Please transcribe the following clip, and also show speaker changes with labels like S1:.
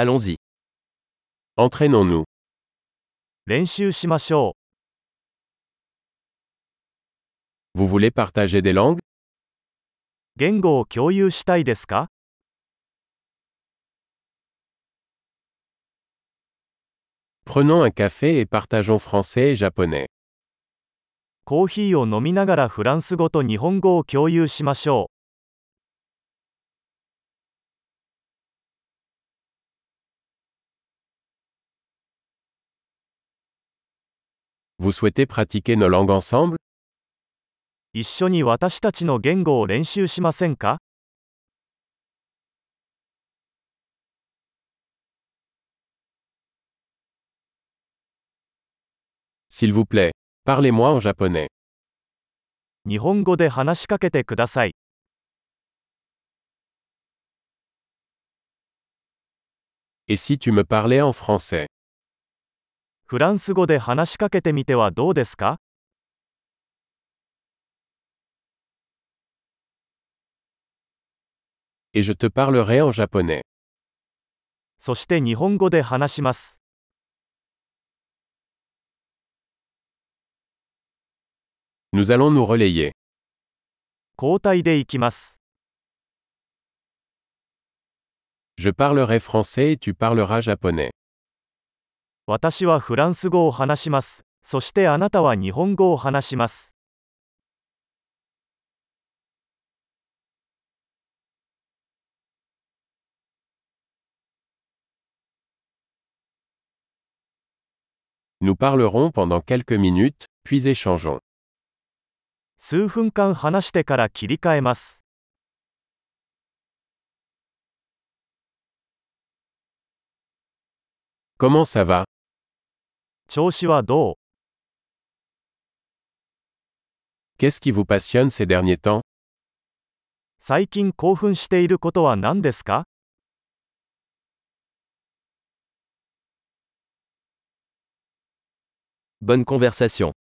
S1: Allons-y. Entraînons-nous.
S2: 練習しましょ
S1: Vous voulez partager des langues
S2: う。言語を共有したいですか
S1: Prenons un café et partageons français et japonais.
S2: コーヒーを飲みながらフランス語と日本語を共有しましょ
S1: Vous souhaitez pratiquer nos langues ensemble
S2: う。一緒に私たちの言語を練習しませんか
S1: S'il vous plaît, parlez-moi en japonais.
S2: 日本語で話しかけてください。
S1: Et si tu me parlais en français
S2: フランス語で話しかけてみてはどうですか
S1: Et je te parlerai en japonais.
S2: そして日本語で話します。
S1: Nous allons nous relayer.
S2: 交代でいきます。
S1: Je parlerai français et tu parleras japonais.
S2: 私はフランス語を話します。そしてあなたは日本語を話します。
S1: Nous parlerons pendant quelques minutes, puis échangeons.
S2: 数分間話してから切り替えます。
S1: Comment ça va
S2: 調子はどう
S1: Qu'est-ce qui vous passionne ces derniers temps
S2: 最近興奮していることは何ですか
S3: Bonne conversation.